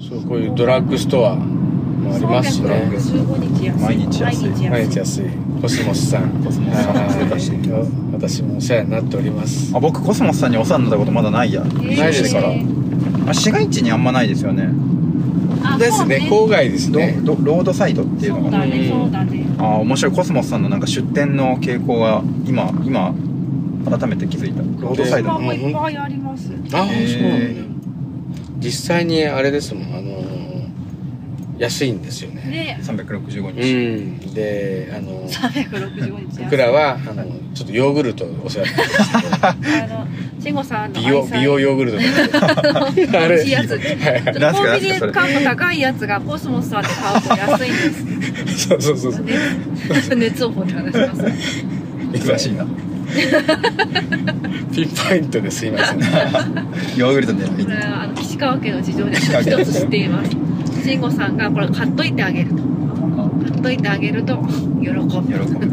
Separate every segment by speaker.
Speaker 1: そうこういうドラッグストアもありますしね
Speaker 2: 365日安い
Speaker 3: 毎日安い
Speaker 1: 毎日安いコスモスさん
Speaker 3: コスモスさん
Speaker 1: はい私もお世話になっております
Speaker 3: あ僕コスモスさんにお世話になったことまだないや
Speaker 2: えー
Speaker 1: ないですから
Speaker 3: あ市街地にあんまないですよね
Speaker 2: あ
Speaker 1: ですね
Speaker 2: そう
Speaker 1: 郊外です
Speaker 3: ど
Speaker 1: ね
Speaker 3: どロードサイドっていうの
Speaker 2: そう
Speaker 3: が
Speaker 2: だねそうだね
Speaker 3: ああ面白いコスモスさんのなんか出店の傾向が今今改めて気づいたロードサイド
Speaker 2: パ
Speaker 3: の
Speaker 2: ンもいっぱいあります
Speaker 1: ああそうなんだ
Speaker 3: へ
Speaker 1: 実際にあれですもんあのー安いんですよね
Speaker 2: ね
Speaker 3: 365
Speaker 1: う
Speaker 3: 日、
Speaker 1: んであのー
Speaker 2: 365日安い
Speaker 1: 僕らはあのちょっとヨーグルトをお世話になってます けど
Speaker 2: あの慎吾さんの
Speaker 1: 美容美容ヨーグルトなんであ
Speaker 2: 美
Speaker 1: れ
Speaker 2: 味しいやつ
Speaker 1: は
Speaker 3: なんす
Speaker 2: コン
Speaker 3: かなん
Speaker 2: ビ
Speaker 3: す
Speaker 2: ニで
Speaker 3: かそれ
Speaker 2: 買うと高いやつがコスモスさんで買うと安いんです
Speaker 1: いそうそうそうそう
Speaker 2: 熱熱を放って話します
Speaker 3: 珍しいな
Speaker 1: ピンポイントですいません
Speaker 3: ヨーグルトで
Speaker 2: これはあの岸川家の事情で一つ知っています慎吾さんがこれ買っといてあげると買っといてあげると喜
Speaker 3: 喜
Speaker 2: ぶ
Speaker 3: ぶ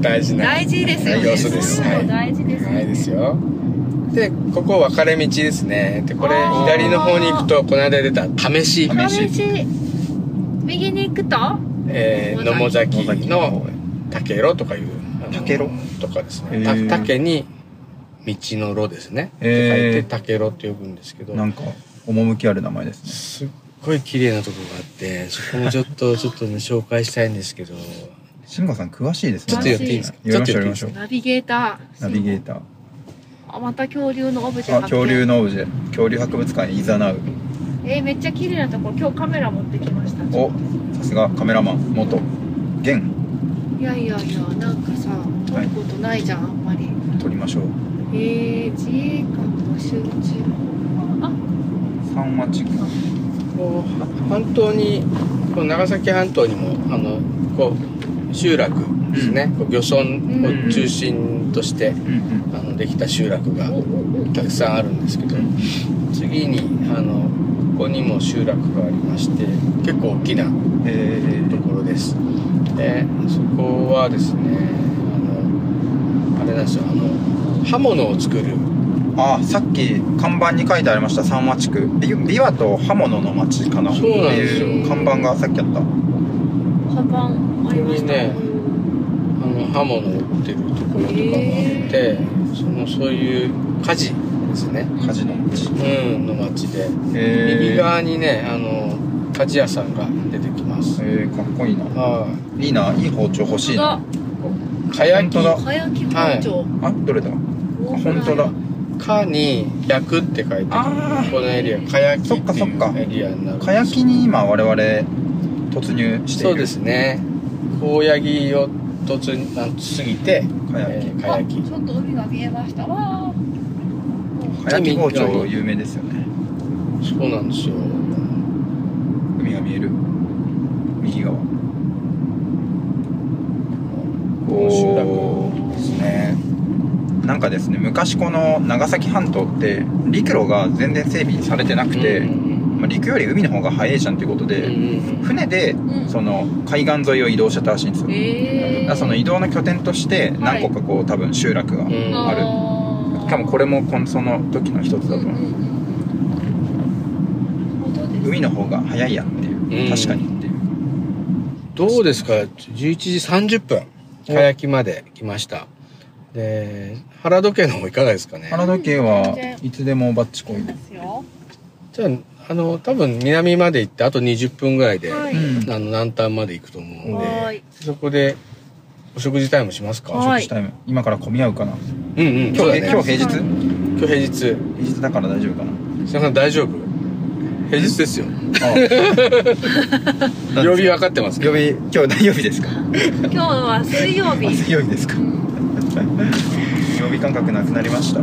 Speaker 1: 大事な
Speaker 2: 大事ですよね
Speaker 1: 要素です
Speaker 2: そういうの
Speaker 1: はい
Speaker 2: 大事ですね、
Speaker 1: ないですよでここ分かれ道ですねでこれ
Speaker 2: あー
Speaker 1: 左の方に行くとこの間出た試し、
Speaker 3: 試し
Speaker 2: 試し右に行くと
Speaker 1: えー、野茂
Speaker 3: 野
Speaker 1: 崎
Speaker 3: 崎の
Speaker 1: の
Speaker 3: 方へ
Speaker 1: 竹炉とかいうあの
Speaker 3: 竹炉
Speaker 1: とかです
Speaker 3: へ
Speaker 1: ね
Speaker 3: ー
Speaker 1: た竹に道の炉ですねって書い
Speaker 3: へ
Speaker 1: て
Speaker 3: ー
Speaker 1: 竹炉って呼ぶんですけど
Speaker 3: なんか趣ある名前ですね
Speaker 1: すっごい綺麗なとこがあってそこもちょっ とちょっとね紹介したいんですけど
Speaker 3: 慎吾さん詳しいですね
Speaker 1: ちょっとやっていいですか
Speaker 3: やりま
Speaker 1: ち
Speaker 3: しょうや
Speaker 1: ょっとやっていい
Speaker 3: り
Speaker 1: で
Speaker 3: ますし
Speaker 1: か
Speaker 3: ょう
Speaker 2: ナビゲーター
Speaker 3: ナビゲータ
Speaker 2: あまた恐竜のオブジェ
Speaker 3: ーあ
Speaker 2: 発見
Speaker 3: 恐竜のオブジェ恐竜博物館イザナウ
Speaker 2: えーめっちゃ綺麗なとこ今日カメラ持ってきました
Speaker 3: おさすがカメラマン元現
Speaker 2: いやいやいやなんかさ撮ることないじゃんあんまり
Speaker 3: 撮りましょう
Speaker 2: えー、自衛官募集中あ
Speaker 3: 三和地区
Speaker 1: こう半島にこの長崎半島にもあのこう集落ですね、こう漁村を中心として、
Speaker 3: うんうん
Speaker 1: あのできた集落が
Speaker 2: おおお
Speaker 1: たくさんあるんですけど
Speaker 3: うん
Speaker 1: 次にあのここにも集落がありまして結構大きな
Speaker 3: え
Speaker 1: ところですでそこはですねあのあれなんですよあの刃物を作る
Speaker 3: ー、あさっき看板に書いてありました三和地区び琵琶と刃物の町かなって
Speaker 1: そうなんですよ
Speaker 3: いう看板がさっきあった
Speaker 2: カバンありました
Speaker 1: いいねあの刃物を売ってるところとかもあってそのそういう火事ですね
Speaker 3: 火事の町
Speaker 1: うんの町で
Speaker 3: えー、
Speaker 1: 右側にねあの鍛冶屋さんが出てきます
Speaker 3: えー、かっこいいな
Speaker 1: はい
Speaker 3: いないい包丁欲しいな
Speaker 2: 本
Speaker 1: かやき
Speaker 3: 本当だ
Speaker 2: 当だ早き包丁
Speaker 3: あどれだ本当だ
Speaker 1: かに焼くって書いてあ
Speaker 3: あ
Speaker 1: るこのエリアかやきって
Speaker 3: そっかそっか
Speaker 1: いうエリアになる
Speaker 3: あかやきに今我々突入してい
Speaker 1: そ
Speaker 3: る
Speaker 1: うですね高野木を突然あ過ぎて
Speaker 3: かや
Speaker 1: え
Speaker 3: き
Speaker 1: ーか
Speaker 2: あ
Speaker 1: やき
Speaker 2: ちょっと海が見えましたわ
Speaker 3: かやき包丁有名ですよね
Speaker 1: そうなんですよ
Speaker 3: 海が見える右側
Speaker 1: この集落
Speaker 3: ですねなんかですね昔この長崎半島って陸路が全然整備されてなくて、
Speaker 1: うん
Speaker 3: まあ、陸より海の方が早いじゃんっていうこと
Speaker 1: う
Speaker 3: で、
Speaker 1: んうん
Speaker 3: 船で
Speaker 2: うん
Speaker 3: その海岸沿いを移動してたらしいんですよ、
Speaker 2: え
Speaker 3: だからその移動の拠点として何個かこう多分集落が、
Speaker 1: うんうん
Speaker 3: あるしかもこれもこのその時の一つだと思う、海の方が早いやっていう、
Speaker 1: うん
Speaker 3: 確かにっていう
Speaker 1: どうですか11時30分かやきまで来ましたで原時計の方いかがですかね
Speaker 3: 花時計はいつでもバッチコイ、
Speaker 2: ですよ
Speaker 1: じゃああの多分南まで行ってあと20分ぐらいで、
Speaker 2: は
Speaker 1: あ
Speaker 2: い
Speaker 3: うん
Speaker 1: の南端まで行くと思うんで
Speaker 2: はーい
Speaker 1: そこでお食事タイムしますか、
Speaker 2: はい
Speaker 3: タイム今から混み合うかな
Speaker 1: うんうん
Speaker 3: 今
Speaker 1: そう
Speaker 3: 日,、
Speaker 1: だね
Speaker 3: 今日平日
Speaker 1: 今日平日
Speaker 3: 平日だから大丈夫かな
Speaker 1: 皆さん大丈夫平日ですよ
Speaker 3: あ
Speaker 1: 曜日分かってますけ
Speaker 3: 曜
Speaker 1: ど
Speaker 3: 日今日何曜日ですか
Speaker 2: 今日は水 曜日
Speaker 3: 水曜日ですか曜日感覚なくなりました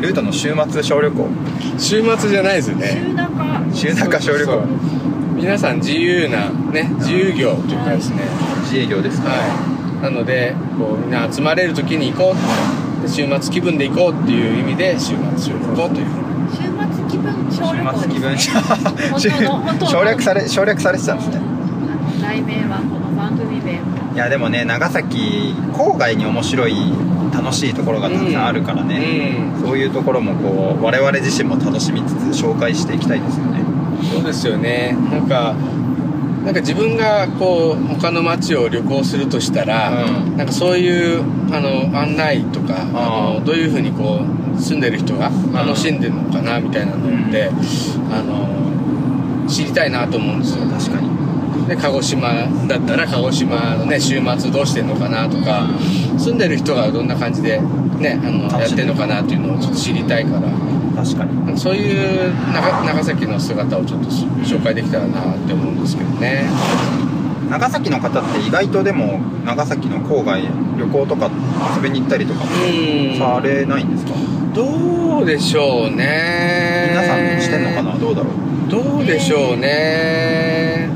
Speaker 3: ルートの週末小旅行
Speaker 1: 週末じゃないですよね
Speaker 2: 週中
Speaker 3: 週中小
Speaker 1: そ
Speaker 3: 旅
Speaker 1: うそう
Speaker 3: 行
Speaker 1: 皆さん自由なね自由業というかですね
Speaker 3: 自営業ですか、
Speaker 1: はいなのでこうみんな集まれる時に行こうで週末気分で行こうっていう意味で週末小旅行という
Speaker 2: 週末気分小旅行
Speaker 3: 週末気分
Speaker 2: ですね本当の本当の
Speaker 3: 省略され省略されてたんですね
Speaker 2: 題名はこの番組名
Speaker 3: いやでもね長崎郊外に面白い楽楽しいところがたくさんあるからね、そういうところもこう我々自身も楽しみつつ紹介していきたいですよね
Speaker 1: そうですよねなんかなんか自分がこう他の町を旅行するとしたら、
Speaker 3: う
Speaker 1: なんかそういうあの案内とか
Speaker 3: あー
Speaker 1: あのどういうふうにこう住んでる人が
Speaker 3: ん
Speaker 1: 楽しんでるのかなみたいなのって、あの知りたいなと思うんですよ
Speaker 3: 確かに
Speaker 1: で鹿児島だったら鹿児島のね週末どうしてんのかなとか住んでる人がどんな感じでねあの
Speaker 3: 楽しんでる
Speaker 1: やってんのかなっていうのをちょっと知りたいから
Speaker 3: 確かに
Speaker 1: なんかそういう長長崎の姿をちょっと紹介できたらなって思うんですけどね
Speaker 3: 長崎の方って意外とでも長崎の郊外旅行とか遊びに行ったりとかも
Speaker 1: うん
Speaker 3: されないんですか、
Speaker 1: どうでしょうね
Speaker 3: 皆さんしてんのかなどうだろう
Speaker 1: どうでしょうね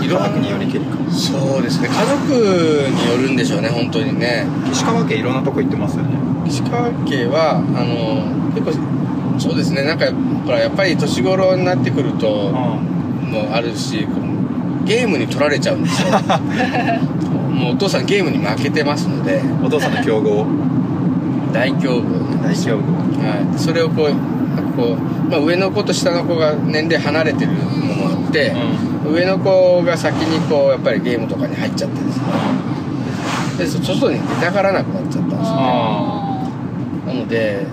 Speaker 3: 家族によりけりか
Speaker 1: そうですね家族によるんでしょうね本当にね
Speaker 3: 石川県いろんなとこ行ってますよね
Speaker 1: 石川家はあの結構そうですねなんかほらやっぱり年頃になってくると
Speaker 3: あ
Speaker 1: もあるしこうゲームに取られちゃうんですよ もうお父さんゲームに負けてますので
Speaker 3: あお父さんの競合
Speaker 1: 大恐怖
Speaker 3: 大競合
Speaker 1: はい、それをこうなんかこう、まあ、上の子と下の子が年齢離れてるのもあって、上の子が先にこうやっぱりゲームとかに入っちゃってですねでそ外に出たがらなくなっちゃったんですよ
Speaker 2: あ
Speaker 1: なので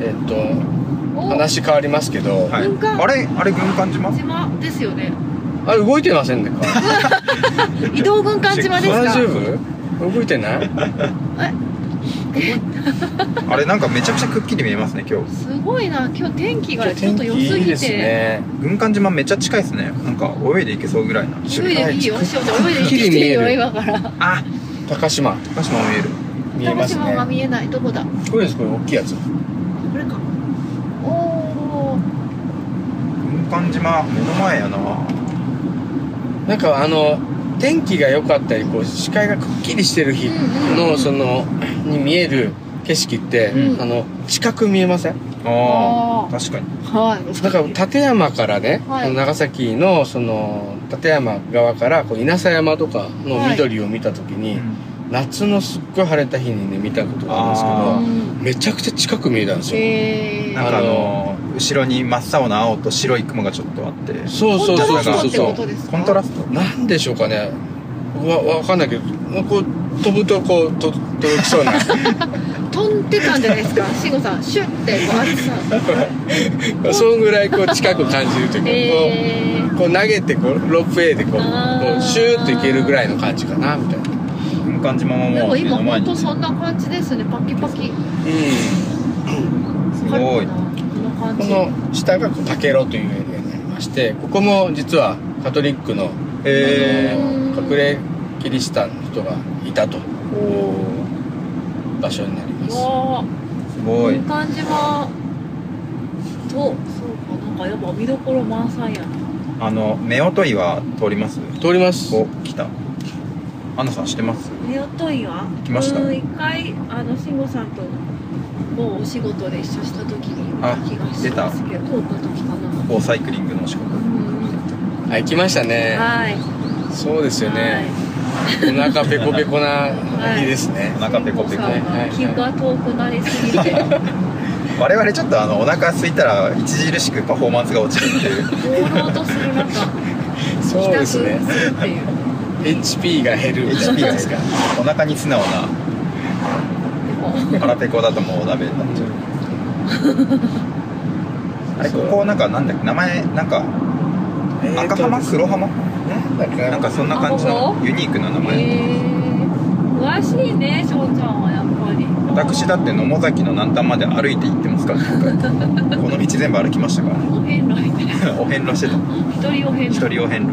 Speaker 1: えっと
Speaker 2: ーお
Speaker 1: 話変わりますけど、
Speaker 3: はい
Speaker 2: 軍艦
Speaker 3: あれあれ軍艦島
Speaker 2: 島ですよね
Speaker 1: あれ動いてませんか
Speaker 2: 移動軍艦島です
Speaker 1: 大
Speaker 2: か
Speaker 1: 丈夫動いてない
Speaker 3: あれなんかめちゃくちゃくっきり見えますね今日
Speaker 2: すごいな今日天気がちょっと良す
Speaker 1: いい
Speaker 2: ぎ
Speaker 1: です
Speaker 2: て
Speaker 1: ね
Speaker 3: 軍艦島めっちゃ近いですねなんか泳いでいけそうぐらいな
Speaker 2: 泳いでいいよしおちゃん泳いで いい
Speaker 1: きっちり見える
Speaker 2: よ今から
Speaker 3: あ
Speaker 1: 高島
Speaker 3: 高島も見える
Speaker 1: 見えま
Speaker 2: 鹿児
Speaker 1: す
Speaker 2: 島が
Speaker 1: ね
Speaker 2: 見えないどこだこ
Speaker 1: これですこれ大きいやつ
Speaker 2: れかおお
Speaker 3: 軍艦島目の前やな
Speaker 1: なんかあの天気が良かったりこう視界がくっきりしてる日
Speaker 2: うんうんう
Speaker 1: の
Speaker 2: ん
Speaker 1: そのに見える景色って、
Speaker 2: うん
Speaker 1: あの近く見えません
Speaker 2: あ
Speaker 3: あー確かに
Speaker 2: はい
Speaker 1: だから立山からね、
Speaker 2: はい
Speaker 1: あの長崎のその立山側からこう稲佐山とかの緑を見た時に、夏のすっごい晴れた日にね見たことがあるんですけどめちゃくちゃ近く見えたんですよ、
Speaker 2: え
Speaker 3: なんかあの後ろに真っ青な青と白い雲がちょっとあって
Speaker 1: そうそうそう
Speaker 3: コントラス
Speaker 1: そ
Speaker 3: ト
Speaker 1: う
Speaker 3: って
Speaker 1: そ
Speaker 2: こ
Speaker 1: う
Speaker 2: とですか
Speaker 3: コントラスト
Speaker 1: なんでしょうかねわわかんないけどこう飛ぶとこうと届きそうな
Speaker 2: 飛んでたんじゃないですか慎吾さんシュッてこう暑さ
Speaker 1: そんぐらいこう近く感じるというか、こう
Speaker 2: えー
Speaker 1: こう投げてこうロープウェイでこう
Speaker 2: あー
Speaker 1: こうシューッといけるぐらいの感じかなみたいな
Speaker 3: 軍艦島も
Speaker 2: で
Speaker 3: もう
Speaker 2: も
Speaker 3: 目
Speaker 2: 今
Speaker 3: の前
Speaker 2: 本
Speaker 3: に
Speaker 2: 当そんな感じですねパキパキ
Speaker 1: う
Speaker 3: す
Speaker 2: わかる
Speaker 3: ごい
Speaker 2: かなこの感
Speaker 1: んこ
Speaker 2: じ
Speaker 1: の下がこう竹炉というエリアになりましてここも実はカトリックの、
Speaker 3: え
Speaker 1: あの
Speaker 2: うん
Speaker 1: 隠れキリシタンの人がいたと
Speaker 3: ー、おー
Speaker 1: 場所になります
Speaker 2: うわー
Speaker 3: すごい
Speaker 2: いい感じはとそうかなんかやっぱ見どころ満載やな
Speaker 3: あの夫婦岩通ります
Speaker 1: 通ります
Speaker 3: お来たアンナさん知ってます
Speaker 2: 夫婦岩
Speaker 3: 来ました
Speaker 2: うん一回あの慎吾さんともうお仕事で一緒した時に見
Speaker 3: あ
Speaker 2: た気がしますけど通った時かな
Speaker 3: こうサイクリングのお仕事
Speaker 2: うんうん
Speaker 1: あ行きましたね
Speaker 2: はい
Speaker 1: そうですよね、お腹ペコペコな日ですね、
Speaker 3: お腹ペコペコ
Speaker 2: はい
Speaker 1: はい
Speaker 2: 慎吾さんが気が遠くなりす ぎて
Speaker 3: 我々ちょっとあのお腹空いたら著しくパフォーマンスが落ちるっていう
Speaker 2: 朦朧とする中
Speaker 1: そうですね
Speaker 2: 帰宅するっていう
Speaker 1: HP が減る
Speaker 3: HP が
Speaker 1: ですか
Speaker 3: お腹に素直な
Speaker 2: でも
Speaker 3: 腹ペコだともうダメになっちゃうあれここなんかなんだっけ名前なんか赤浜黒浜
Speaker 1: なんだっけ
Speaker 3: なんかそんな感じ
Speaker 2: あこ
Speaker 3: のユニークな名前
Speaker 2: へー詳しいね翔ちゃんはやっぱり
Speaker 3: 私だって野茂崎の南端まで歩いて行ってますから今回この道全部歩きましたから
Speaker 2: お遍路みたいな
Speaker 3: お遍路してた
Speaker 2: 一人お遍路
Speaker 3: 一人お遍路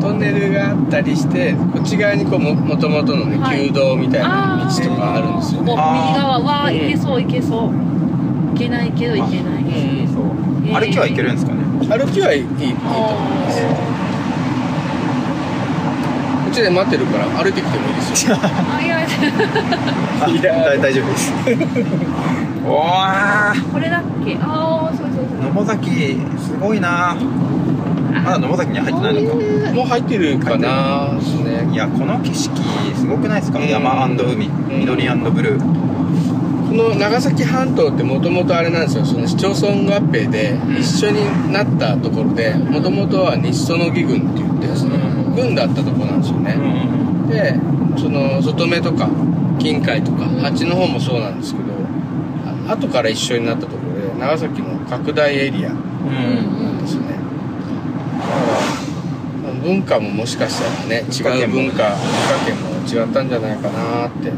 Speaker 1: トンネルがあったりしてこっち側にこうももともとのね
Speaker 2: はい
Speaker 1: 旧道みたいな
Speaker 2: あー
Speaker 1: 道とかあるんですよね
Speaker 2: もう右
Speaker 3: あー
Speaker 2: 側は
Speaker 1: うん
Speaker 2: 行けそう行けそう行けないけど行けないです
Speaker 3: そう
Speaker 2: へー
Speaker 3: 歩きはいけるんですかね
Speaker 1: 歩きはいいいいいいと思いますこっちで待ってるから歩いてきてもいいです よ
Speaker 2: あいや
Speaker 3: あ
Speaker 1: いや
Speaker 3: 大大丈夫ですおわー
Speaker 2: これだっけああそうそうそう
Speaker 3: 野茂崎すごいなまだ野茂崎には入ってないの
Speaker 2: こう
Speaker 3: か
Speaker 2: いう
Speaker 1: もう入ってるかなですねね
Speaker 3: いやこの景色すごくないですか
Speaker 1: うん
Speaker 3: 山海
Speaker 1: ん
Speaker 3: 緑ブルー
Speaker 1: この長崎半島ってもともとあれなんですよその市町村合併で
Speaker 3: ん
Speaker 1: 一緒になったところでもともとは西園木郡って言ってその
Speaker 3: うん
Speaker 1: 郡だったところなんですよねでその外目とか近海とか八の方もそうなんですけどあ後から一緒になったところで長崎の拡大エリア
Speaker 3: うん
Speaker 1: なんですよねだから文化ももしかしたらね違う文化文化圏も違ったんじゃないかなって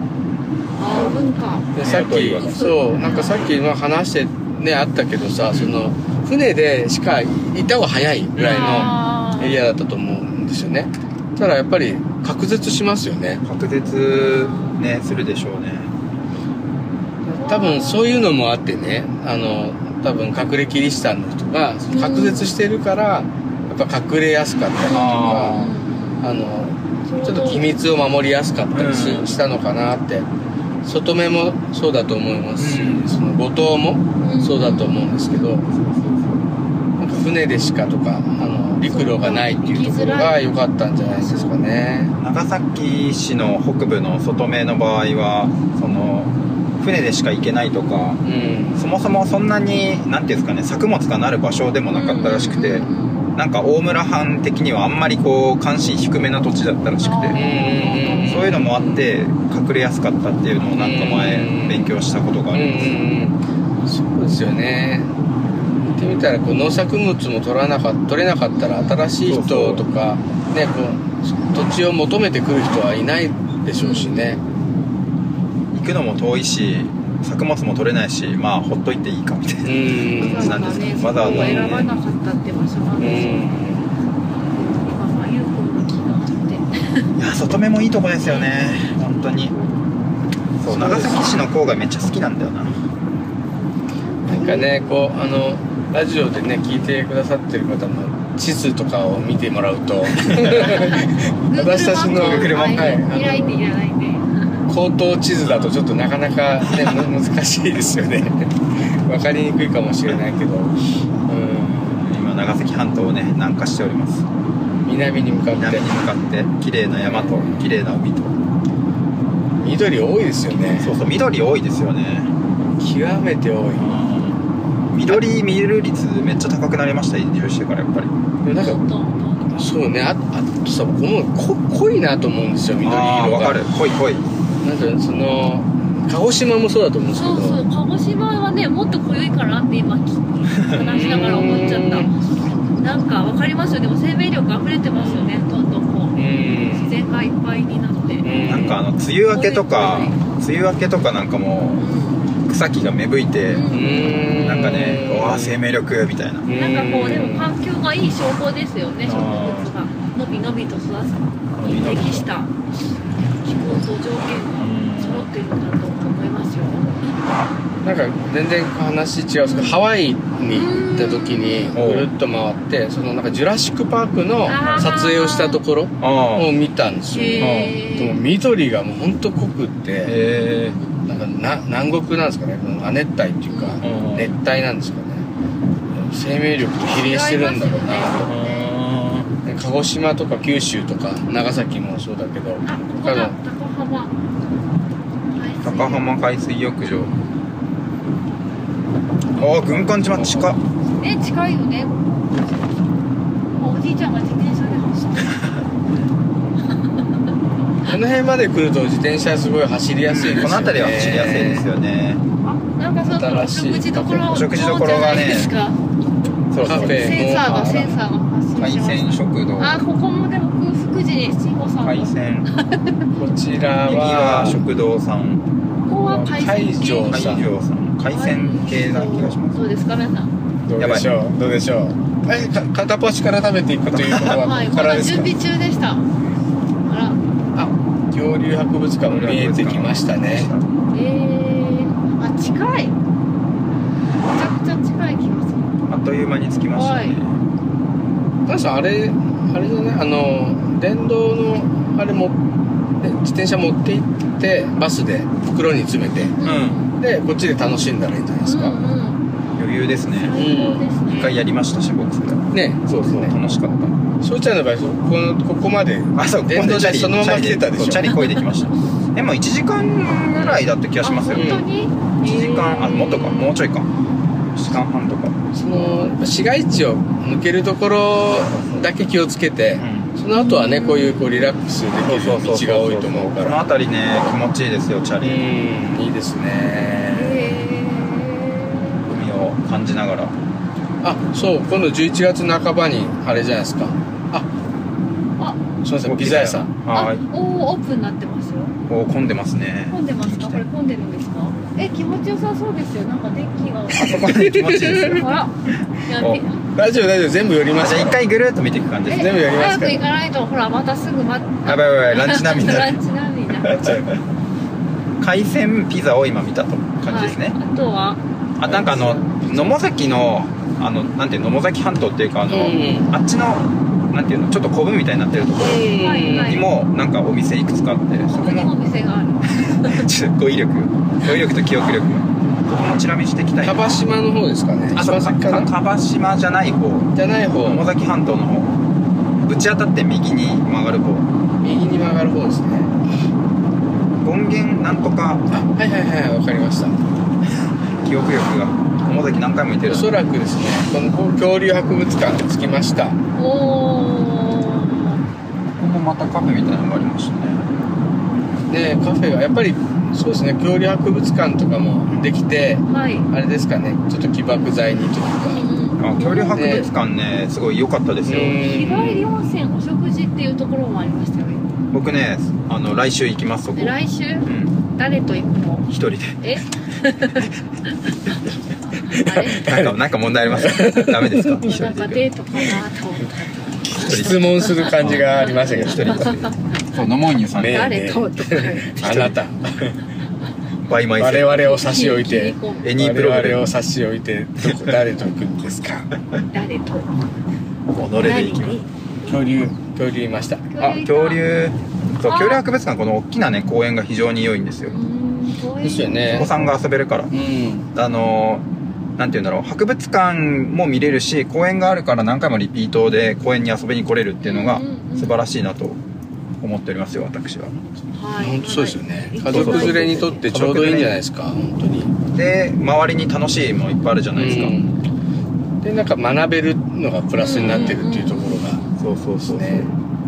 Speaker 2: ああ文化
Speaker 1: でさっ
Speaker 3: ねと
Speaker 1: き
Speaker 3: いうわけ
Speaker 1: そうなんかさっきの話してねあったけどさその船でしか行った方が早いぐらい
Speaker 2: あ
Speaker 1: の
Speaker 2: ー
Speaker 1: エリアだったと思うんですよねただやっぱり隔絶しますよね
Speaker 3: 隔絶ねするでしょうね
Speaker 1: 多分そういうのもあってねあの多分隠れキリシタンの人が隔絶してるからやっぱ隠れやすかったりとかあのちょっと機密を守りやすかったりし,、
Speaker 3: うん
Speaker 1: したのかなって外目もそうだと思いますし、
Speaker 3: うん
Speaker 1: その後藤もそうだと思うんですけど、なんか船でしかとかあの陸路がないっていうところが良かったんじゃないですかね。
Speaker 3: 長崎市の北部の外目の場合はその船でしか行けないとか
Speaker 1: うん
Speaker 3: そもそもそんなに何ていうんですかね作物がなる場所でもなかったらしくてなんか大村藩的にはあんまりこう関心低めな土地だったらしく
Speaker 2: あ
Speaker 3: て
Speaker 1: ー
Speaker 3: そういうのもあって隠れやすかったっていうのをなんか
Speaker 1: うん
Speaker 3: 前勉強したことがありま
Speaker 1: う
Speaker 3: す
Speaker 1: んうんうんそうですよね言ってみたらこう農作物も取らなか取れなかったら新しい人とかねこう土地を求めてくる人はいないでしょうしね
Speaker 3: 行くのも遠いし作物も取れないしまあほっといていいかみたいうな、
Speaker 1: ん
Speaker 3: そうなんですよ
Speaker 2: わ
Speaker 3: わ
Speaker 2: ざ
Speaker 3: ざ
Speaker 2: わざ
Speaker 3: わ
Speaker 2: ねそこ
Speaker 3: ざ
Speaker 2: を選ばなかったって場所なん
Speaker 1: う
Speaker 2: ですよ
Speaker 1: ん
Speaker 2: 今まあ有効の木があって
Speaker 3: いや外目もいいとこですよね本当にそう
Speaker 1: そうで
Speaker 3: 長
Speaker 1: す
Speaker 3: 崎市の郊外めっちゃ好きなんだよな
Speaker 1: なんかねこうあのラジオでね聞いてくださってる方も地図とかを見てもらうと私たちの
Speaker 2: Google マップを
Speaker 1: はいあの
Speaker 2: 開いていらないんで
Speaker 1: 口頭地図だとちょっとなかなか、ね、む難しいですよね わかりにくいかもしれないけどうん
Speaker 3: 今長崎半島をね南下しております
Speaker 1: 南に向かって
Speaker 3: 南に向かって綺麗な山と綺麗な海と
Speaker 1: 緑多いですよね
Speaker 3: そうそう緑多いですよね
Speaker 1: 極めて多い
Speaker 3: 緑見る率めっちゃ高くなりました移住してからやっぱり
Speaker 1: でもなん
Speaker 2: ちょっ
Speaker 1: か
Speaker 2: と遠く
Speaker 1: そうねああとさ僕もこ濃いなと思うんですよ緑
Speaker 3: あー
Speaker 1: 色が
Speaker 3: わかる濃い濃い
Speaker 1: なんかその鹿児島もそうだと思うんですけ
Speaker 2: そ
Speaker 1: ど
Speaker 2: うそう鹿児島はねもっと濃いからって今話しながら思っちゃったなんかわかりますよでも生命力溢れてますよねどんどんこう
Speaker 1: う
Speaker 2: 自
Speaker 1: ん
Speaker 2: 然がいっぱいになって、うん
Speaker 1: う
Speaker 3: なんかあの梅雨明けとか梅雨明けとかなんかもう草木が芽吹いて
Speaker 1: うん
Speaker 3: なんかねうわー生命力みたいな
Speaker 2: なんかこうでも
Speaker 1: ン
Speaker 2: 環境がいい証拠ですよね植物がのびのびと育つに適した気候と条件が揃っているんだと思いますよ。
Speaker 1: なんか全然話違うんですけどハワイに行った時に
Speaker 3: うん
Speaker 1: ぐるっと回ってそのなんかジュラシック・パークの撮影をしたところ
Speaker 3: あ
Speaker 1: を見たんですよでも
Speaker 2: へー
Speaker 1: 緑がもうほんと濃くって
Speaker 3: え
Speaker 1: なんかな南国なんですかねこの亜熱帯っていうか
Speaker 3: うん
Speaker 1: 熱帯なんですかね生命力と比例してるんだろうなとね鹿児島とか九州とか長崎もそうだけど
Speaker 2: あ、ここだ高浜。
Speaker 3: 高浜海水浴場ああ軍艦島近っ
Speaker 2: ね近いよね。おじいちゃんが自転車で走ってる。
Speaker 1: この辺まで来ると自転車すごい走りやすいですよね
Speaker 3: この辺りは走りやすいですよね
Speaker 2: あ、なんかそうお
Speaker 1: 新しい
Speaker 2: 食事どころ
Speaker 3: お食事どこ
Speaker 2: じ
Speaker 3: ろ
Speaker 2: ゃな
Speaker 3: がね
Speaker 2: いですか。
Speaker 3: そうそ
Speaker 1: カ
Speaker 3: う
Speaker 1: フェ
Speaker 2: センサーがセンサーが発
Speaker 3: 海
Speaker 2: 信しまし
Speaker 3: 鮮食堂
Speaker 2: た。あ、ここもでも福祉に慎吾さんが。
Speaker 3: 海鮮
Speaker 1: こちら
Speaker 3: 右が
Speaker 1: は
Speaker 3: 食堂さん
Speaker 2: ここは海
Speaker 1: 海
Speaker 2: 鮮系
Speaker 1: 上
Speaker 3: 海上さん海鮮系な気がします
Speaker 2: どうですか皆さん。
Speaker 1: どう
Speaker 3: や
Speaker 1: で
Speaker 3: ば
Speaker 1: し
Speaker 3: い
Speaker 1: ょうどうでしょうえか片っ端から食べていくということは
Speaker 2: はい、
Speaker 1: ここ
Speaker 2: ま
Speaker 1: から
Speaker 2: だ
Speaker 1: です
Speaker 2: 準
Speaker 1: か
Speaker 2: 備中でした。あら、
Speaker 1: あ恐竜博物館も見えてきましたね
Speaker 2: えー、あ近い。めちゃくちゃ近い気がする。
Speaker 3: あっという間に着きましたね
Speaker 1: 確かあれあれじゃないあの電動のあれもね自転車持って行ってバスで袋に詰めて
Speaker 3: うん
Speaker 1: でこっちで楽しんだらいいんじゃないですか、
Speaker 2: うんうん。
Speaker 3: 余裕ですね
Speaker 2: 最高ですね
Speaker 3: 一回やりましたし僕それ
Speaker 1: ねそうですね
Speaker 3: 楽しかっ
Speaker 1: 翔ちゃんの場合そこのここまで
Speaker 3: たあそうここ
Speaker 1: 電動
Speaker 3: でチャリ
Speaker 1: でそのまま来てたでしょ
Speaker 3: チャリそうチャリこいできましたでも1時間ぐらいだった気がしますよ
Speaker 2: あ本当に
Speaker 3: 1時間あもっとかもうちょいか1時間半とか、
Speaker 1: その市街地を抜けるところだけ気をつけて、その後はねこういうこうリラックスできる道が多いと思うか
Speaker 3: この
Speaker 1: ら
Speaker 3: 辺りね気持ちいいですよチャ
Speaker 1: うん
Speaker 3: リ、
Speaker 1: いいですね
Speaker 2: へ
Speaker 3: 海を感じながら
Speaker 1: あそう今度11月半ばにあれじゃないですかあ
Speaker 2: ーあ
Speaker 1: すいませんピザ屋さん
Speaker 3: は
Speaker 2: あ
Speaker 3: い
Speaker 2: おーオープンになってますよ
Speaker 3: お混んでますね
Speaker 2: 混んでますかこれ混んでるんですかえ気持ちよさそうですよなんか電気が
Speaker 3: そこで気持ちいいです よ
Speaker 2: ほらや
Speaker 3: お
Speaker 2: って
Speaker 1: 大丈夫大丈夫全部寄りま
Speaker 3: あ
Speaker 1: す
Speaker 3: じゃあ一回ぐるっと見ていく感じです
Speaker 1: 全
Speaker 3: ね
Speaker 1: 部やりますか
Speaker 2: 早く
Speaker 1: ら
Speaker 2: 行かないとほらまたすぐ待って
Speaker 3: やばいやばいランチ並み にな
Speaker 2: ラ
Speaker 3: る
Speaker 2: ンチ並みになる
Speaker 3: 海鮮ピザを今見たと感じですね、
Speaker 2: はいあとは
Speaker 3: あなんかあの野茂崎のあのなんていうの野茂崎半島っていうかあの、
Speaker 1: うん
Speaker 3: あっちのなんていうのちょっとコブみたいになってるとこ
Speaker 2: はいは
Speaker 3: ろに
Speaker 2: い
Speaker 3: もなんかお店いくつかあってそこ
Speaker 2: 他にも
Speaker 3: も
Speaker 2: お店がある
Speaker 3: ちょっと語彙力語彙力と記憶力ここもチラ見していきたいな
Speaker 1: 樺島の方ですかね
Speaker 3: あそう
Speaker 1: 一
Speaker 3: か
Speaker 1: 番先か
Speaker 3: か
Speaker 1: な
Speaker 3: 樺島じゃない方
Speaker 1: じゃない方
Speaker 3: 野茂崎半島の方ぶち当たって右に曲がる方
Speaker 1: 右に曲がる方ですね
Speaker 3: 権現なんとか
Speaker 1: あはいはいはいわかりました
Speaker 3: 記憶力が野茂崎何回も行ってる
Speaker 1: おそらくですねこの恐竜博物館に着きました
Speaker 2: お
Speaker 3: ここもまたカフェみたいなのがありましたね
Speaker 1: でカフェがやっぱりそうですね恐竜博物館とかもできて
Speaker 2: ーはい
Speaker 1: あれですかねちょっと起爆剤にというか
Speaker 3: あ恐竜博物館ねすごい良かったですよ
Speaker 2: 日帰り温泉お食事っていうところもありましたよね
Speaker 3: 僕ねあの来週行きますそこ
Speaker 2: で来週
Speaker 3: うん
Speaker 2: 誰と行くの
Speaker 3: 一人で
Speaker 2: えあれ
Speaker 3: なん かなんか問題ありますダメですか一
Speaker 2: な
Speaker 3: 人
Speaker 2: んか
Speaker 3: で
Speaker 2: デートかなと思った
Speaker 1: 質問する感じがありましたけど
Speaker 3: 一人で そう野茂乳さん
Speaker 1: ねえ
Speaker 3: ね
Speaker 2: 誰ととか
Speaker 1: あなた
Speaker 3: バイマイセ
Speaker 1: 我
Speaker 3: ル
Speaker 1: 々を差し置い て
Speaker 2: 聞きに行こう
Speaker 3: エニープログ
Speaker 1: 我
Speaker 3: レ
Speaker 1: 々
Speaker 3: ム
Speaker 1: を差し置いてどこ誰と行くんですか
Speaker 2: 誰と
Speaker 3: 己で行きます
Speaker 2: 何
Speaker 1: 恐竜恐竜いました
Speaker 3: あ
Speaker 1: あ
Speaker 3: 恐竜そう
Speaker 2: あー
Speaker 3: 恐竜博物館この大きなね公園が非常に良いんですよ
Speaker 2: うーん公園
Speaker 1: ですよ
Speaker 3: お
Speaker 1: ね
Speaker 3: 子さんが遊べるから
Speaker 1: うん
Speaker 3: あのなんて言うんだろう博物館も見れるし公園があるから何回もリピートで公園に遊びに来れるっていうのが
Speaker 2: うんうんうん
Speaker 3: 素晴らしいなと思っておりますよ私は
Speaker 2: はい
Speaker 1: 本当そうですよね
Speaker 2: はい
Speaker 1: 家族連れにとってちょうどいいんじゃないですか本当に
Speaker 3: で周りに楽しいものいっぱいあるじゃないですか、
Speaker 1: うんでなんか学べるのがプラスになってるっていうところが
Speaker 3: そうそう
Speaker 1: です
Speaker 3: そう、
Speaker 1: ね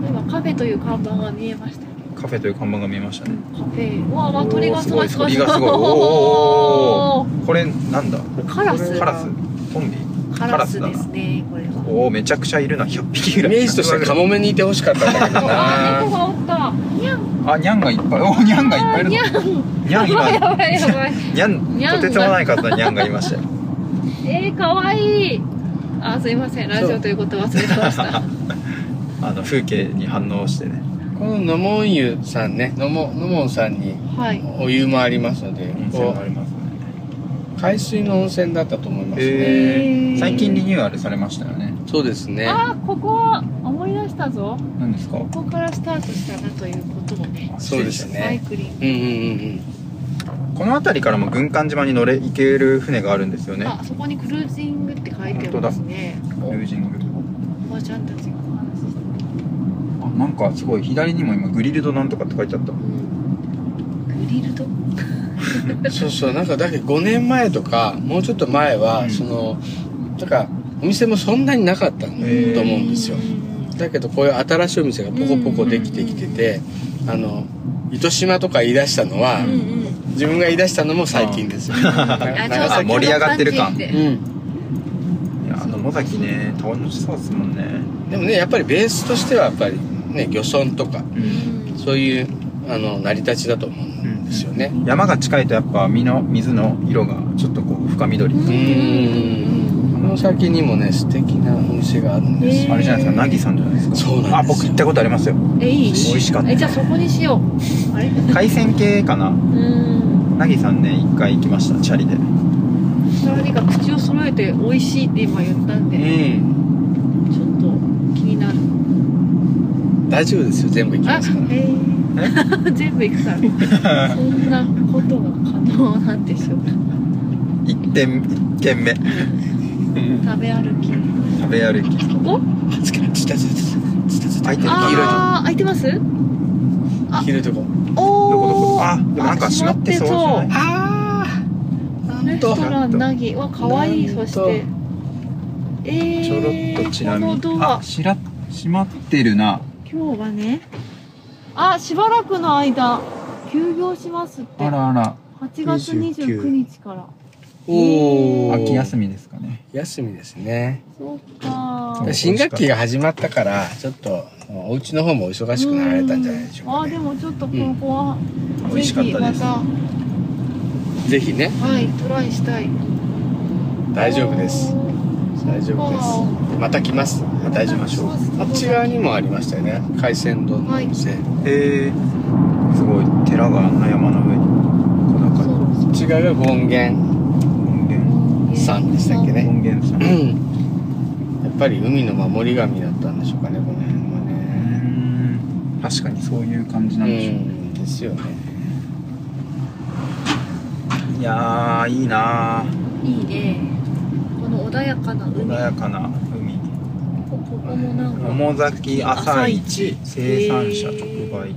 Speaker 2: 今カフェという看板が見えましたけど
Speaker 3: カフェという看板が見えましたね
Speaker 2: カフェうわうわ鳥がすごい
Speaker 3: おー鳥がすごいおーおーおーこれなんだ
Speaker 2: カラス
Speaker 3: カラストンビ
Speaker 2: カラスですねこれは
Speaker 3: おおめちゃくちゃいるな100匹
Speaker 1: イ
Speaker 3: ぐら
Speaker 1: メ
Speaker 3: い
Speaker 1: ージとしてはカモメにいてほしかったんだけど
Speaker 2: あー
Speaker 1: な
Speaker 2: 猫がおったにゃん
Speaker 3: あニャンがいっぱいおーニャンがいっぱいいる
Speaker 2: にゃん
Speaker 3: ニャン
Speaker 2: や ばいや
Speaker 3: 今
Speaker 2: ばいやばい
Speaker 3: ニャン
Speaker 2: ニャンが
Speaker 3: とてつもない数のニャンがいましたよ
Speaker 2: えー、かわいいあすいませんラジオということ忘れてました
Speaker 3: あの風景に反応してね
Speaker 1: この野門湯さんね野門野門さんに
Speaker 2: はい
Speaker 1: お湯もありますので
Speaker 3: 温泉
Speaker 1: こ
Speaker 3: がありますね
Speaker 1: う海水の温泉だったと思いますね、
Speaker 3: へえ最近リニューアルされましたよね
Speaker 1: そうですね
Speaker 2: あーここは思い出したぞ
Speaker 3: 何ですか
Speaker 2: ここからスタートしたなということをね
Speaker 3: あ
Speaker 1: そうですね
Speaker 2: サイクリング、
Speaker 1: うんうんうん
Speaker 3: この辺りからも軍艦島に乗れ行ける船があるんですよね
Speaker 2: あそこにクルージングって書いてありますね
Speaker 3: クルージング
Speaker 2: おばちゃんたちがお話ししてる、
Speaker 3: あなんかすごい左にも今グリルドなんとかって書いてあった
Speaker 2: グリルド
Speaker 1: うんそうそうなんかだけど5年前とかもうちょっと前は、
Speaker 3: うん
Speaker 1: そのなんかお店もそんなになかったんだ
Speaker 3: へえ
Speaker 1: と思うんですよだけどこういう新しいお店がポコポコできてきてて、あの糸島とか言い出したのは、
Speaker 2: うん うん
Speaker 1: 自分が言い出したのも最近ですよ、
Speaker 2: あ
Speaker 1: 長
Speaker 3: あ
Speaker 1: 崎
Speaker 3: 盛り上がってる感
Speaker 2: ちょ
Speaker 1: う
Speaker 2: と
Speaker 1: ん、
Speaker 3: いやあの野崎ね楽しそうですもんね
Speaker 1: でもねやっぱりベースとしてはやっぱりね漁村とかそういうあの成り立ちだと思うんですよね、
Speaker 3: 山が近いとやっぱ身の水の色がちょっとこう深緑、
Speaker 2: うん
Speaker 1: この先にもね素敵なお店があるんですよ
Speaker 3: あれじゃないですかナギさんじゃないですか
Speaker 1: そうなんですよ
Speaker 3: あ僕行ったことありますよ
Speaker 2: えいい
Speaker 3: 美味しかった
Speaker 2: えじゃあそこにしようあれう
Speaker 3: 海鮮系かなんナギさんね一回行きましたチャリで
Speaker 2: 二人が口を揃えて美味しいって今言ったん
Speaker 1: う
Speaker 2: で、
Speaker 1: ん
Speaker 2: ちょっと気になる
Speaker 1: 大丈夫ですよ全部行き
Speaker 2: あ
Speaker 1: ますから
Speaker 2: へえ 全部行くからそんなことが可能なんでしょうか
Speaker 3: い1点1軒目
Speaker 2: 食べ歩き
Speaker 3: 食べ歩き
Speaker 2: ここ
Speaker 1: つけつたつたつたつた
Speaker 3: 開いてる
Speaker 1: 黄色いとこ
Speaker 2: ああ開いてますあ
Speaker 1: 黄色いとこ
Speaker 2: お
Speaker 3: どこどこ
Speaker 2: お
Speaker 3: あでもなんか閉まってそうじゃない
Speaker 1: ああ
Speaker 2: レストランなぎわ可愛い
Speaker 1: なんと
Speaker 2: そしてえー、
Speaker 3: ちょろっとちなみ
Speaker 2: この
Speaker 3: に
Speaker 2: ド
Speaker 3: あ
Speaker 2: ア
Speaker 3: しら閉まってるな
Speaker 2: 今日はねあしばらくの間休業しますって
Speaker 3: あ
Speaker 2: 8
Speaker 3: らあら
Speaker 2: 月29日から
Speaker 1: おお
Speaker 3: 秋休みですかね
Speaker 1: 休みですね
Speaker 2: そうか
Speaker 3: うん
Speaker 1: 新学期が始まったからちょっとお家の方もお忙しくなられたんじゃないでしょう
Speaker 2: あ
Speaker 1: か、
Speaker 2: ーで
Speaker 1: ね、
Speaker 2: もちょっとここは、
Speaker 3: 美
Speaker 2: ぜ
Speaker 3: 味しかっ
Speaker 2: ひ
Speaker 3: た
Speaker 2: ま
Speaker 3: で
Speaker 2: た
Speaker 3: す
Speaker 1: ぜひね
Speaker 2: はいトライしたい
Speaker 1: 大丈夫です大丈夫ですまた来ます大丈夫でしょうあっち側にもありましたよね海鮮丼のお店、
Speaker 3: へえすごい寺があんな山の上に小高い
Speaker 1: こっち側が権現
Speaker 3: 門限
Speaker 1: さんでしたっけね
Speaker 3: 門限さん
Speaker 1: う、んやっぱり海の守り神だったんでしょうかねこの辺は
Speaker 3: う
Speaker 1: ね
Speaker 3: ん確かにそういう感じ
Speaker 1: う
Speaker 3: なんでしょう、
Speaker 1: んですよね
Speaker 3: いやーいいない
Speaker 2: いねこの穏やかな海
Speaker 3: 穏やかな海
Speaker 2: ここもなんか
Speaker 3: 桃崎朝市生産者直売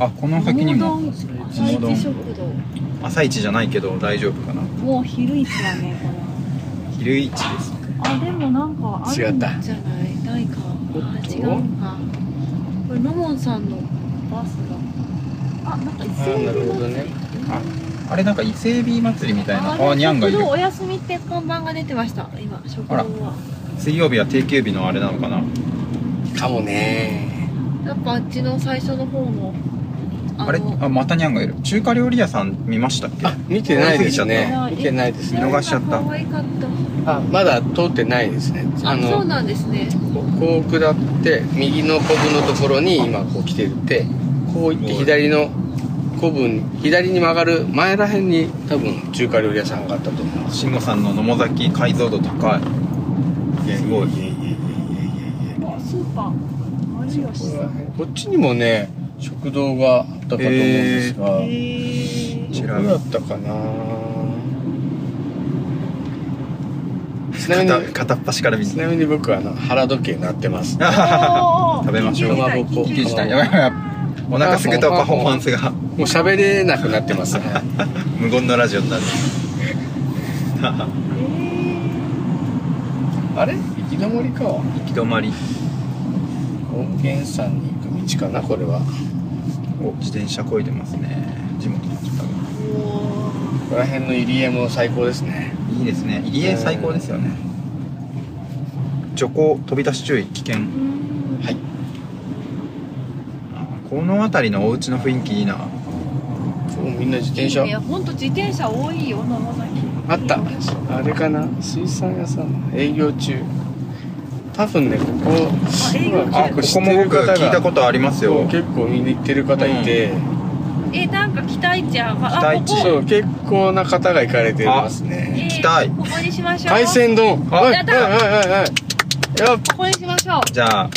Speaker 3: あこの先にも
Speaker 2: 桃丼朝市食堂
Speaker 3: 朝市じゃないけど大丈夫かな
Speaker 2: もう昼市だねこれ
Speaker 3: 昼市ですね
Speaker 2: あでもなんかあるんじゃない
Speaker 1: 違
Speaker 2: ないか
Speaker 1: おっと
Speaker 2: あ違うのかこれノモンさんのバスがあなんか一
Speaker 1: ああ
Speaker 2: 斉
Speaker 1: なる
Speaker 2: に
Speaker 1: ほどね
Speaker 3: ああれなんか伊勢海老祭りみたいな
Speaker 2: あ
Speaker 3: あニャンがいる
Speaker 2: 食堂お休みって看板が出てました今食堂
Speaker 3: あら
Speaker 2: は
Speaker 3: 水曜日は定休日のあれなのかな
Speaker 1: かもね
Speaker 2: やっぱあっちの最初の方のの
Speaker 3: あれあまたニャンがいる中華料理屋さん見ましたっけ
Speaker 1: あ見てないですね見てないです
Speaker 3: 見
Speaker 1: ね
Speaker 3: 逃しちゃった
Speaker 2: 可愛かった
Speaker 1: あまだ通ってないですね
Speaker 2: あ
Speaker 1: あ
Speaker 2: そう
Speaker 1: の
Speaker 2: なんですね
Speaker 1: ここを下って右のコブのところに今こう来ててこう行って左のコブに左に曲がる前らへんに多分中華料理屋さんがあったと思う
Speaker 3: 慎吾さんの桃崎解像度高いすごい
Speaker 2: あスーパー丸吉さん
Speaker 1: こっちにもね食堂があったかと思うんですが、
Speaker 2: へえ
Speaker 3: ー
Speaker 1: どこだったかなちなみ
Speaker 3: 片
Speaker 1: に
Speaker 3: 片っ端から見
Speaker 1: ち
Speaker 3: て
Speaker 1: なみに僕はあの腹時計鳴ってます
Speaker 3: 食べましょう
Speaker 2: 緊急
Speaker 1: 緊急
Speaker 2: 事態
Speaker 1: 事
Speaker 3: 時
Speaker 1: 態
Speaker 3: 代 やばいやばいお腹すくとパフォーマンスが
Speaker 1: もう喋れなくなってますね
Speaker 3: 無言のラジオになる
Speaker 1: あれ行き止まりか
Speaker 3: 行き止まり
Speaker 1: 権現山に行く道かなこれは
Speaker 3: お自転車こいでますね地元の方が
Speaker 2: 緊急事態おー
Speaker 1: ここら辺の入り江も最高ですね
Speaker 3: いいですね入り江最高ですよね徐行飛び出し注意危険
Speaker 1: はい
Speaker 3: あこの辺りのお家の雰囲気いいな
Speaker 1: もうみんな自転車
Speaker 2: いいねほんと自転車多いよ野崎
Speaker 1: あったあれかな水産屋さん営業中多分ねここ
Speaker 2: 営業中
Speaker 1: ま
Speaker 3: あここも僕聞いたことありますよ
Speaker 1: 結構見に行ってる方いて、
Speaker 2: えなんか期待値上があ
Speaker 3: 期待
Speaker 2: こ
Speaker 3: 値
Speaker 2: こ
Speaker 1: そう結構な方が行かれてます
Speaker 2: え
Speaker 1: ね
Speaker 2: ー
Speaker 3: 期待
Speaker 2: ここにしましょう
Speaker 1: 海鮮丼
Speaker 3: あ
Speaker 1: はい
Speaker 2: やった
Speaker 1: はいはいはいやっ
Speaker 2: ここにしましょう
Speaker 3: じゃあ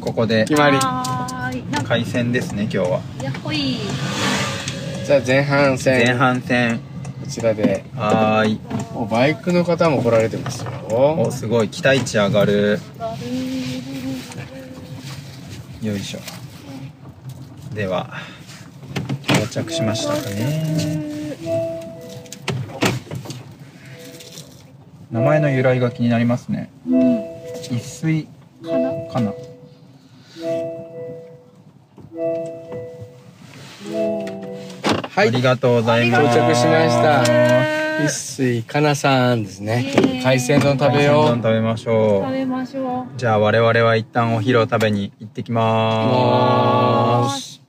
Speaker 3: ここで
Speaker 1: 決まり
Speaker 2: はーいなんか
Speaker 3: 海鮮ですね今日は
Speaker 2: やっほい
Speaker 1: じゃあ前半戦
Speaker 3: 前半戦
Speaker 1: こちらで
Speaker 3: はーい
Speaker 1: もうバイクの方も来られてますよ
Speaker 3: おすごい期待値上がるよいしょでは到着しましたかね名前の由来が気になりますね一水
Speaker 2: かな
Speaker 3: かな
Speaker 1: は
Speaker 3: あり
Speaker 1: い
Speaker 3: がとうございます
Speaker 1: 到着しました
Speaker 2: え
Speaker 1: 一
Speaker 2: ー
Speaker 1: 水かなさんですね
Speaker 2: イエーイ
Speaker 1: 海鮮丼食べ
Speaker 3: ど
Speaker 1: よ
Speaker 3: ん
Speaker 1: う
Speaker 3: どん食べましょ
Speaker 2: 食べましょう
Speaker 3: うじゃあ我々は一旦お昼を食べに行ってきま
Speaker 1: 行
Speaker 3: ーす
Speaker 1: きます